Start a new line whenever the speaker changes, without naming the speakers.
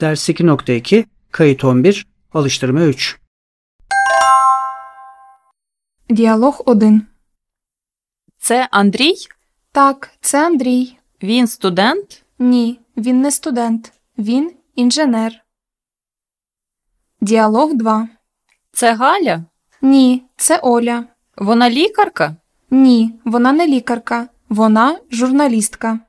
Ders 2.2, kayıt 11, alıştırma 3.
Діалог 1.
Це Андрій?
Так, це Андрій.
Він студент?
Ні, він не студент. Він інженер. Діалог 2.
Це Галя?
Ні, це Оля.
Вона лікарка?
Ні, вона не лікарка. Вона журналістка.